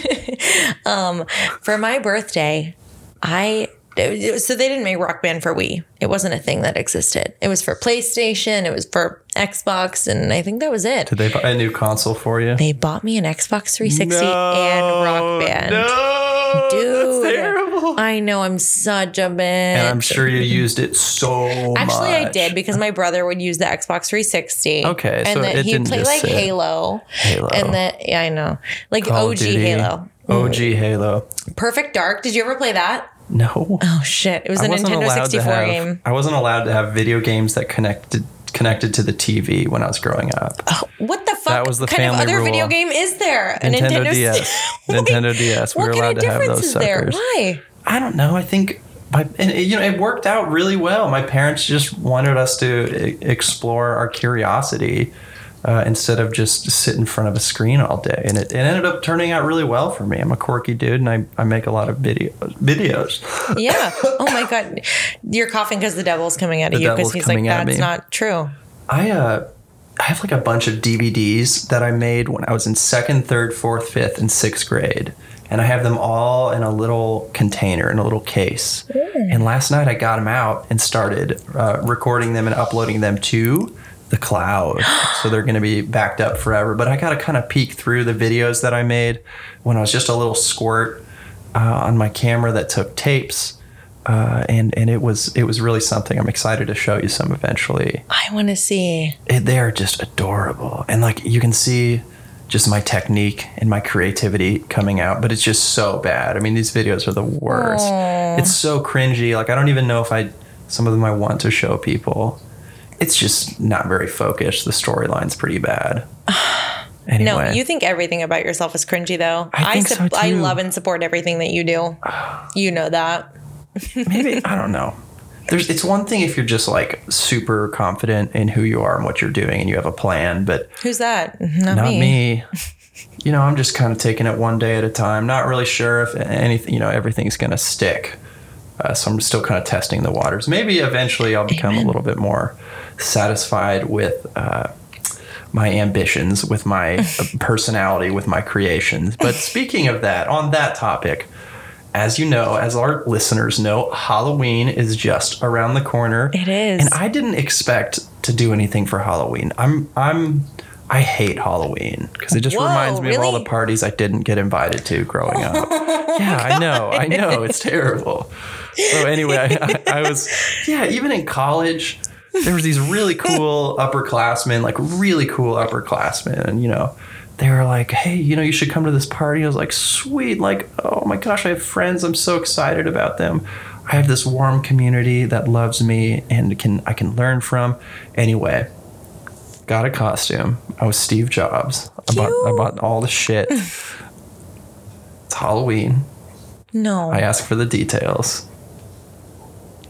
um for my birthday, I so they didn't make Rock Band for Wii. It wasn't a thing that existed. It was for PlayStation, it was for Xbox, and I think that was it. Did they buy a new console for you? They bought me an Xbox 360 and Rock Band. No, Dude, that's terrible. I know I'm such a bitch. And I'm sure you used it so much. Actually, I did because my brother would use the Xbox 360. Okay, and so then it he'd didn't play just like sit. Halo, Halo. and then yeah, I know, like Call of OG Duty. Halo, Mm-hmm. OG Halo. Perfect Dark. Did you ever play that? No. Oh shit! It was a Nintendo 64 to have, game. I wasn't allowed to have video games that connected connected to the TV when I was growing up. What the fuck? was the kind of family other video rule. game is there? A Nintendo DS. Wait, Nintendo DS. We what were kind allowed of to have difference those is there? suckers. Why? I don't know. I think my, and it, you know it worked out really well. My parents just wanted us to e- explore our curiosity uh, instead of just sit in front of a screen all day, and it, it ended up turning out really well for me. I'm a quirky dude, and I, I make a lot of videos. Videos. Yeah. Oh my god, you're coughing because the devil's coming at you because devil's he's like, coming at that's me. not true. I uh. I have like a bunch of DVDs that I made when I was in second, third, fourth, fifth, and sixth grade. And I have them all in a little container, in a little case. And last night I got them out and started uh, recording them and uploading them to the cloud. so they're going to be backed up forever. But I got to kind of peek through the videos that I made when I was just a little squirt uh, on my camera that took tapes. Uh, and and it was it was really something. I'm excited to show you some eventually I want to see. it, they are just adorable and like you can see just my technique and my creativity coming out but it's just so bad i mean these videos are the worst it's so cringy like i don't even know if i some of them i want to show people it's just not very focused the storyline's pretty bad anyway No, you think everything about yourself is cringy, though. I think so, I too. love and support everything that you do. You know that. maybe I don't know. There's it's one thing if you're just like super confident in who you are and what you're doing and you have a plan, but Who's that? Not, not me. me. You know, I'm just kind of taking it one day at a time. Not really sure if anything, you know, everything's going to stick. Uh, so I'm still kind of testing the waters. Maybe eventually I'll become a little bit more satisfied with uh, my ambitions, with my uh, personality, with my creations. But speaking of that, on that topic, as you know, as our listeners know, Halloween is just around the corner. It is. And I didn't expect to do anything for Halloween. I'm I'm I hate Halloween because it just Whoa, reminds me of all really? the parties I didn't get invited to growing up. yeah, I know, I know, it's terrible. So anyway, I, I, I was yeah, even in college, there was these really cool upperclassmen, like really cool upperclassmen, and you know. They were like, "Hey, you know, you should come to this party." I was like, "Sweet!" Like, oh my gosh, I have friends. I'm so excited about them. I have this warm community that loves me and can I can learn from. Anyway, got a costume. I was Steve Jobs. I bought, I Cute. bought all the shit. it's Halloween. No. I asked for the details.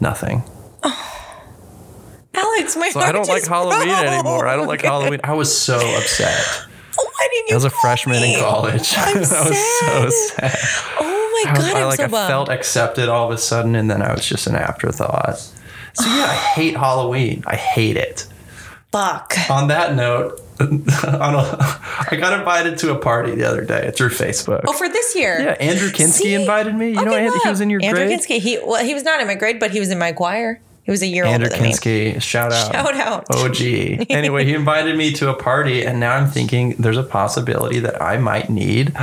Nothing. Alex, my So heart I don't like just Halloween broke. anymore. I don't like Halloween. I was so upset. Why didn't you? I was a call freshman me? in college. I'm I was so sad. sad. Oh my I, was, god, I, I'm like so I bummed. felt accepted all of a sudden, and then I was just an afterthought. So yeah, I hate Halloween. I hate it. Fuck. on that note, on a, I got invited to a party the other day through Facebook. Oh, for this year. yeah, Andrew Kinsky See? invited me. You know, Okay, Andrew, he look. was in your Andrew grade. Kinsky. He well, he was not in my grade, but he was in my choir. He was a year Andrew uh, oh, older than me. Kinsky, shout out. Shout out. OG. Anyway, he invited me to a party, and now I'm thinking there's a possibility that I might need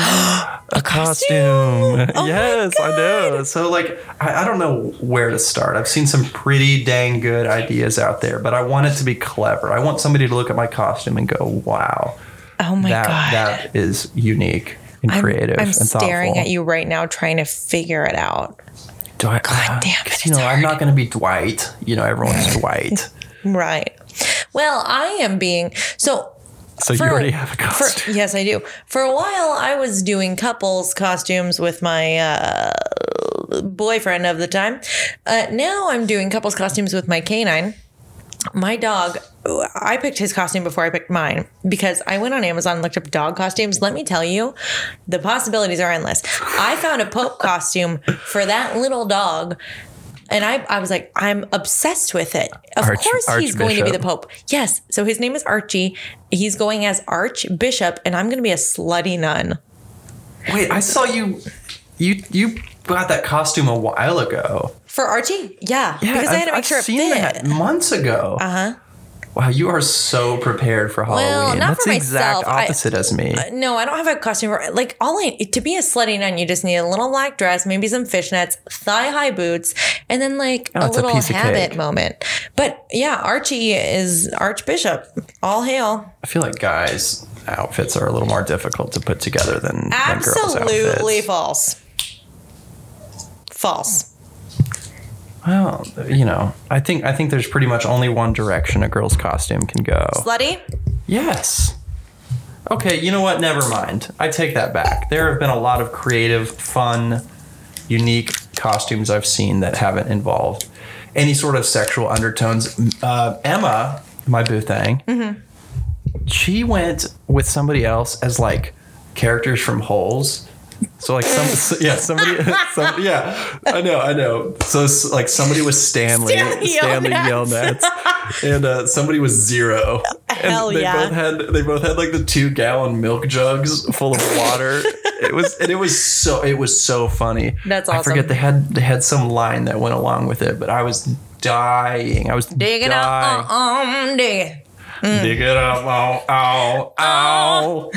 a costume. Oh my yes, I know. So, like, I, I don't know where to start. I've seen some pretty dang good ideas out there, but I want it to be clever. I want somebody to look at my costume and go, wow. Oh my that god. that is unique and I'm- creative I'm and thoughtful. staring at you right now, trying to figure it out. Do I, uh, God damn it, 'cause, it's You know, I'm hard. not going to be Dwight. You know, everyone's Dwight. Right. Well, I am being so. So for- you already have a for- costume. yes, I do. For a while, I was doing couples costumes with my uh, boyfriend of the time. Uh, now I'm doing couples costumes with my canine. my dog i picked his costume before i picked mine because i went on amazon and looked up dog costumes let me tell you the possibilities are endless i found a pope costume for that little dog and I, I was like, I'm obsessed with it. Of Arch- course, he's going to be the Archbishop. Pope. Yes. So his name is Archie. He's going as Archbishop, and I'm going to be a slutty nun. Wait, I saw you. You you got that costume a while ago. For Archie? Yeah. Yeah, because I had to I've- make sure I've it seen fit. Uh-huh. that months ago. Uh huh. Wow, you are so prepared for Halloween. not That's for the exact myself. I- opposite as me. No, I don't have a costume. For, like all I to be a slutty nun, you just need a little black dress, maybe some fishnets, thigh high boots, and then like Oh, a it's a little piece of habit cake. moment. But yeah, Archie is Archbishop. All hail! I feel like guys' outfits are a little more difficult to put together than, than girls' Absolutely outfits. false. False. Well, you know, I think I think there's pretty much only one direction a girl's costume can go. Slutty. Yes. Okay, you know what? Never mind. I take that back. There have been a lot of creative, fun, unique costumes I've seen that haven't involved any sort of sexual undertones. Uh, Emma, my boo thing, she went with somebody else as like characters from Holes. So like some so- yeah somebody some, yeah I know I know so s- like somebody was Stanley Stanley Stanley Yelnats. Yelnats and uh, somebody was zero Hell and they yeah. both had they both had like the two gallon milk jugs full of water. it was and it was so it was so funny. That's I forget awesome. they had they had some line that went along with it, but I was dying. I was Digging dying. up. mm. Um, digging. Dig it up, ow, ow, Oh. ow.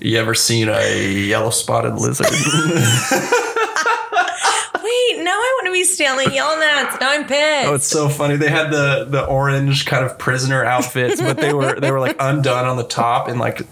you ever seen a yellow spotted lizard? Wait, now I want to be Stanley Yelnats. Now I'm pissed. Oh, it's so funny. They had the the orange kind of prisoner outfits, but they were they were like undone on the top and like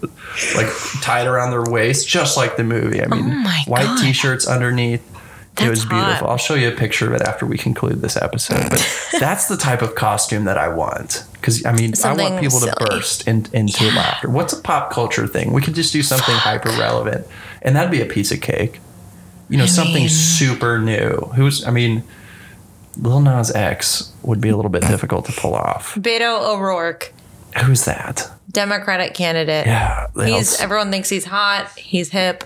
like tied around their waist, just like the movie. I mean, Oh my white God. t-shirts underneath. it That's was beautiful. hot. I'll show you a picture of it after we conclude this episode. But that's the type of costume that I want. Because I mean, I Something want people to silly. burst in, into laughter. What's a pop culture thing? We could just do something hyper relevant, and that'd be a piece of cake. You know, something mean- super new. Who's? I mean, Lil Nas X would be a little bit difficult to pull off. Beto O'Rourke, Who's that? Democratic candidate. Yeah, they all He's s- everyone thinks he's hot. He's hip.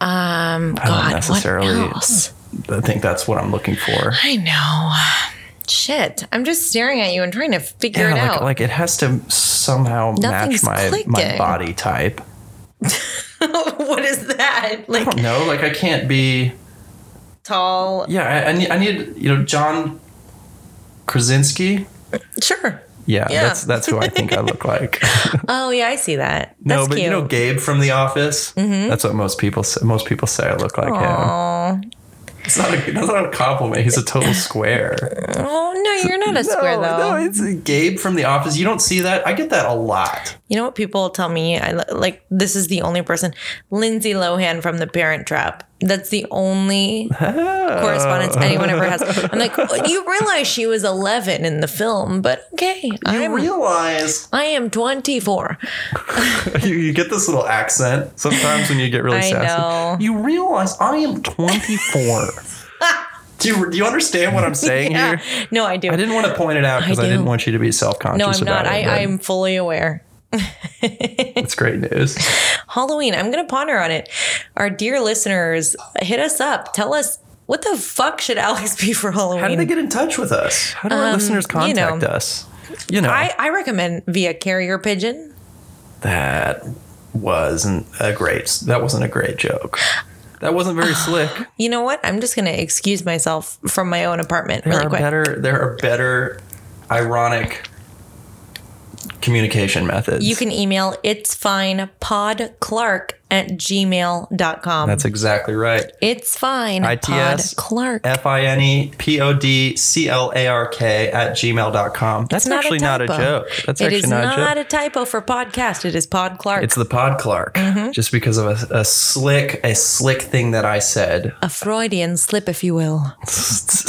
Um, I God, don't necessarily what else? I think that's what I'm looking for. I know. Shit, I'm just staring at you and trying to figure Yeah, it like, out. like it has to somehow Nothing's match my my clicking. body type. what is that? Like I don't know. Like I can't be. tall? Yeah, I, I, need, I need. You know, John Krasinski. Sure. Yeah, Yeah. that's that's who I think I look like. Oh yeah, I see that. no, That's but cute. Mm-hmm. you know Gabe from The Office. That's what most people say, most people say I look like him. Aw. It's not a, that's not a compliment. He's a total square. Oh no, you're not a square no, though. no, it's Gabe from The Office. You don't see that. I get that a lot. You know what people tell me? I li- like this is the only person, Lindsay Lohan from The Parent Trap. That's the only correspondence anyone ever has. I'm like, you realize she was 11 in the film, but okay, You I'm realize I am 24. you, you get this little accent sometimes when you get really I sassy. know. You realize I am 24. do, you, do you understand what I'm saying here? No, I do. I didn't want to point it out because I, I didn't do. want you to be self conscious no, I'm about not. it. but I, I'm fully aware. it's great news. Halloween. I'm going to ponder on it. Our dear listeners, hit us up. Tell us what the fuck should Alex be for Halloween? How do they get in touch with us? How do our listeners Um, you know. contact us? You know, I, I recommend via carrier pigeon. that wasn't a great. That wasn't a great joke. That wasn't very slick. You know what? I'm just going to excuse myself from my own apartment There really are quick. better. There are better, ironic communication methods. You can email it's fine podclark at gmail.com. That's exactly right. it's fine ITS. podclark. F I N E P O D C L A R K at gmail.com. That's not a actually not a typo. joke. That's It actually is not, a not joke. a typo for podcast. It is Pod Clark. it's the pod Clark. Mm-hmm. Just because of a, a slick, a slick thing that I said. a Freudian slip, if you will. That's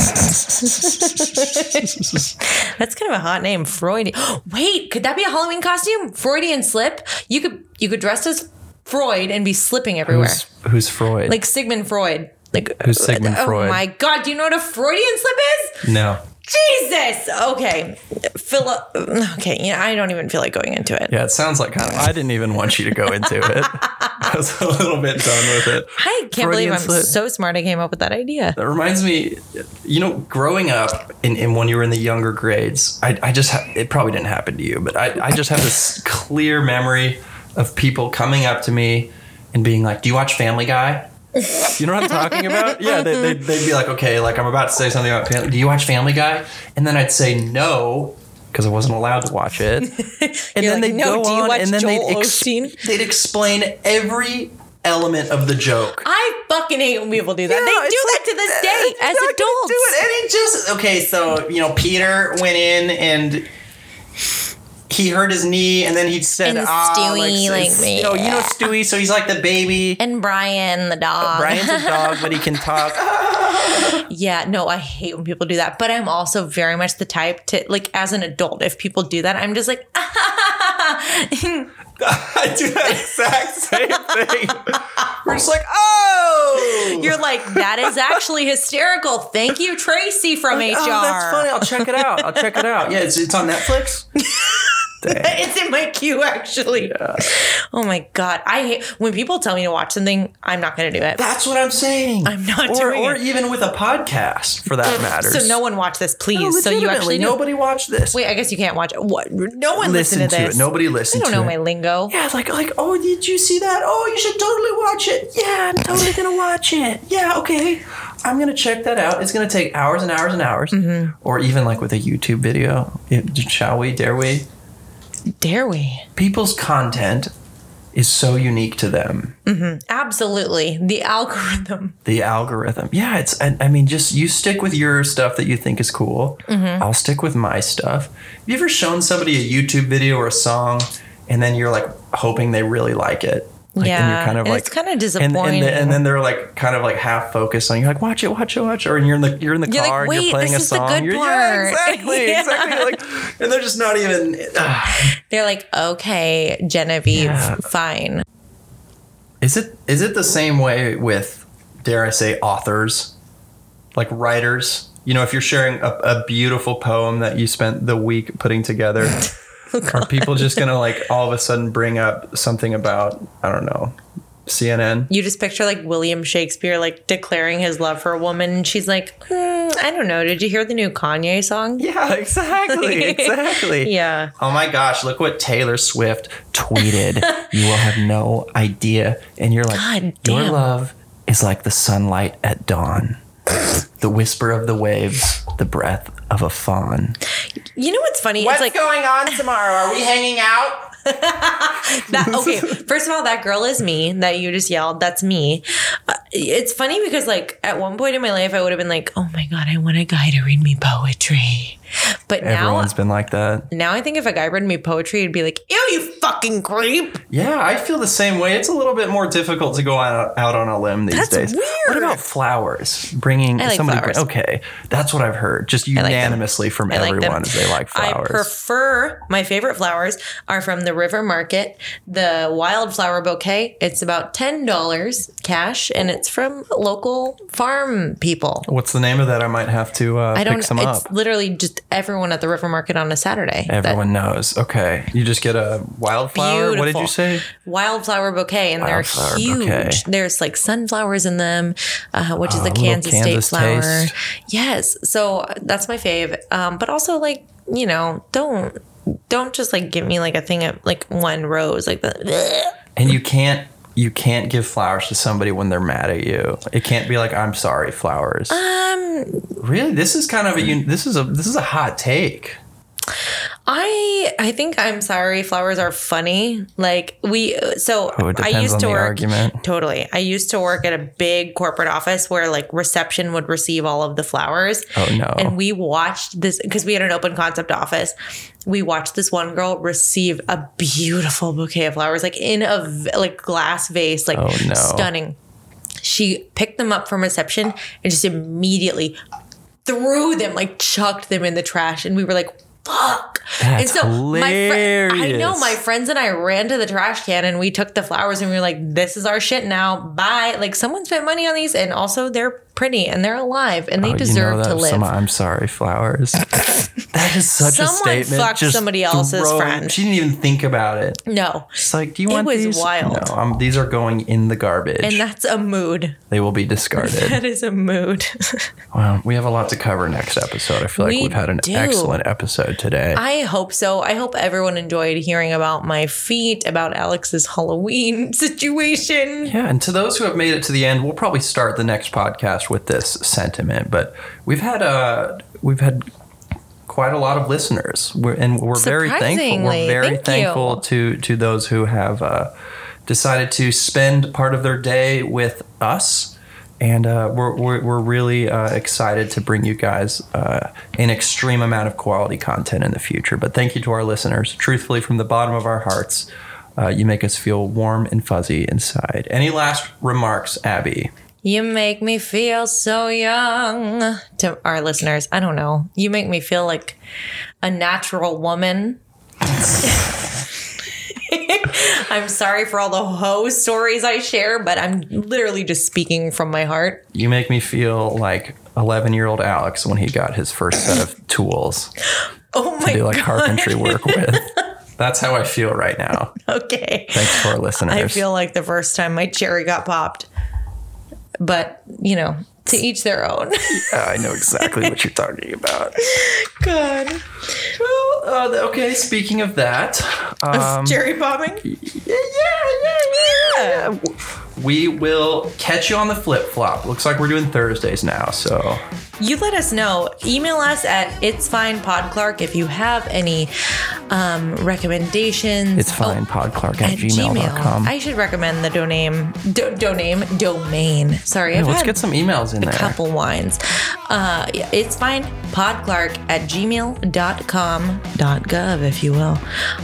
kind of a hot name, Freudian. Wait, could that be a Halloween costume? Freudian slip? You could you could dress as Freud and be slipping everywhere, Who's, who's Freud? like Sigmund Freud. Like Who's Sigmund oh uh, Freud? my god, do you know what a Freudian slip is? no. Jesus. Okay. Philip. Okay. Yeah, I don't even feel like going into it. Yeah, it sounds like kind of. I didn't even want you to go into it. I was a little bit done with it. I can't believe Freudian I'm slip. so smart. I came up with that idea. That reminds me, you know, growing up and in, when you were in the younger grades, I, I just, ha- it probably didn't happen to you, but I, I just have this clear memory of people coming up to me and being like, Do you watch Family Guy? You know what I'm talking about? Yeah, they, they'd, they'd be like, Okay, like I'm about to say something about Family Do you watch Family Guy? And then I'd say no. Because I wasn't allowed to watch it, and You're then like, they'd "No, go do you on, watch and then they'd, Joel ex- Osteen?" they'd explain every element of the joke. I fucking hate when people do that. Yeah, they it's uh, do that to this day as adults. do it. And he just okay. So you know, Peter went in and he hurt his knee, and then he said, And "Ah, Stewie, like, like, you know, you know Stewie, so he's like the baby. And Brian the dog. Brian's a dog, but he can talk. Yeah, no, I hate when people do that. But I'm also very much the type to like as an adult, if people do that, I'm just like, I do that exact same thing. We're just like, oh, you're like, that is actually hysterical. Thank you, Tracy from HR. oh, that's funny. I'll check it out. I'll check it out. Yeah, it's it's on Netflix. Dang. It's in my queue, actually. Oh my god, I hate when people tell me to watch something. I'm not going to do it. That's what I'm saying. I'm not or, doing or it. even with a podcast for that matter. So no one watch this, please. so you actually Legitimately, do. nobody watched this. Wait, I guess you can't watch it. What? No one listen listened to to this. it. Nobody I listened don't to know it. my lingo. yeah, like like oh, did you see that? Oh, you should totally watch it. Yeah, I'm totally gonna watch it. Yeah, okay, I'm gonna check that out. It's gonna take hours and hours and hours, Mm-hmm. or even like with a YouTube video. It- shall we? Dare we? Dare we? People's content is so unique to them. Absolutely. The algorithm. The algorithm. Yeah, it's. I, I mean, just you stick with your stuff that you think is cool. Mm-hmm. I'll stick with my stuff. Have you ever shown somebody a YouTube video or a song, and then you're like hoping they really like it? Like, yeah. And you're kind of And like it's kind of and, disappointing. and, the, and then they're like kind of like half focused on you. Like watch it, watch it, watch it. Or you're in the you're in the You're like, car and "Wait, you're playing this a is the song. good you're, Yeah, part." exactly, Yeah. exactly. You're Like, and they're just not even. ah. They're like, okay, Genevieve, Yeah. fine. Is it is it the same way with dare I say authors, like writers? You know, if you're sharing a, a beautiful poem that you spent the week putting together, are people just gonna like all of a sudden bring up something about I don't know CNN? You just picture like William Shakespeare like declaring his love for a woman, and she's like, "Hmm, I don't know. Did you hear the new Kanye song? Yeah, exactly, exactly. Yeah. Oh my gosh, look what Taylor Swift tweeted. you will have no idea. And you're like, God your damn. love is like the sunlight at dawn, the whisper of the waves, the breath of a fawn. You know what's funny? it's like going on tomorrow? Are we hanging out? that okay first of all that girl is me that you just yelled that's me uh, it's funny because like at one point in my life i would have been like oh my god i want a guy to read me poetry but Everyone's now been like that. now i think if a guy read me poetry it'd be like ew you fucking creep Yeah, I feel the same way. It's a little bit more difficult to go out, out on a limb these That's days. What weird. about flowers? Bringing like somebody. flowers. Okay, that's what I've heard. Just like them. unanimously from I like them. everyone is they like flowers. I prefer my favorite flowers are from the River Market, the wildflower bouquet. It's about ten dollars cash, and it's from local farm people. What's the name of that? I might have to uh, I don't. pick some it's up. literally just everyone at the River Market on a Saturday. That- Everyone knows. Okay, you just get a wildflower. What did Beautiful. you say? wildflower bouquet, and Wildflower they're huge. bouquet. There's like sunflowers in them, uh, which is the Oh, little Kansas, Kansas State flower. taste. Yes, so that's my fave. Um, but also, like you know, don't don't just like give me like a thing of like one rose, like the. And you can't you can't give flowers to somebody when they're mad at you. It can't be like I'm sorry, flowers. Um, really, this is kind of a un- this is a this is a hot take. I I think I'm sorry. Flowers are funny. Like we so Oh, it I depends used on to the work argument. totally. I used to work at a big corporate office where like reception would receive all of the flowers. Oh, no. And we watched this because we had an open concept office. We watched this one girl receive a beautiful bouquet of flowers, like in a v- like glass vase, like Oh, no. stunning. She picked them up from reception and just immediately threw them, like chucked them in the trash, and we were like, "Fuck!" and That's my fri- I know hilarious. my friends and I ran to the trash can and we took the flowers and we were like, "This is our shit now." Bye. Like someone spent money on these, and also they're pretty and they're alive and they Oh, you know deserve that to was live. some I'm sorry, flowers. that is such a Someone statement. fucked somebody else's friend. She didn't even think about it. No. It's like, do you It want was these? wild. No, um, these are going in the garbage. And that's a mood. they will be discarded. That is a mood. Well, we have a lot to cover next episode. I feel like We we have had an do. excellent episode today. I hope so. I hope everyone enjoyed hearing about my feet, about Alex's Halloween situation. yeah, and to those who have made it to the end, we'll probably start the next podcast with this sentiment. But we've had uh, we've had quite a lot of listeners, we're, and we're very thankful. Surprisingly, We're very thank you. thankful to to those who have uh, decided to spend part of their day with us. And uh, we're, we're, we're really uh, excited to bring you guys uh, an extreme amount of quality content in the future. But thank you to our listeners. Truthfully, from the bottom of our hearts, uh, you make us feel warm and fuzzy inside. Any last remarks, Abby? You make me feel so young. To our listeners, I don't know. You make me feel like a natural woman. I'm sorry for all the hoe stories I share, but I'm literally just speaking from my heart. You make me feel like 11 year old Alex when he got his first set of tools. Oh my do like god. carpentry work with. That's how I feel right now. Okay. Thanks to our listeners. I feel like the first time my cherry got popped. But, you know, to each their own. Yeah, Uh, I know exactly what you're talking about. God. Well, uh, okay. Speaking of that, um, cherry popping? yeah, yeah, yeah, yeah, yeah. We will catch you on the flip flop. Looks like we're doing Thursdays now. So you let us know. Email us at it's fine podclark if you have any um, recommendations. it's fine. Podclark at, At gmail.com. Gmail. I should recommend the doname, do, doname, domain. Sorry, I've Let's had get some emails in a there. couple wines. Uh, yeah, it's fine. Podclark at gmail.com.gov, if you will.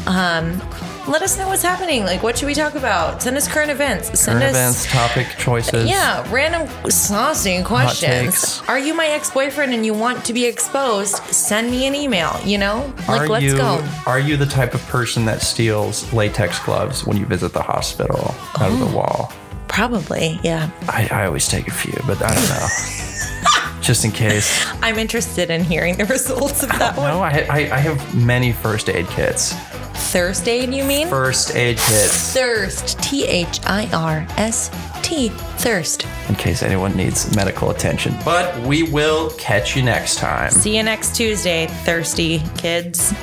Um, let us know what's happening. Like, what should we talk about? Send us current events. Send Current us. events, topic choices. Yeah, random saucy questions. takes. Are you my ex boyfriend and you want to be exposed? Send me an email, you know? Like, are let's you go. are you the type of person that steals latex gloves when you visit the hospital out of the wall? Probably, yeah. I, I always take a few, but I don't know. Just in case. I'm interested in hearing the results of that one. No, I, I, I have many first aid kits. Thirst aid, you mean? First aid kits, Thirst. T H I R S T. Thirst. in case anyone needs medical attention. But we will catch you next time. See you next Tuesday, thirsty kids.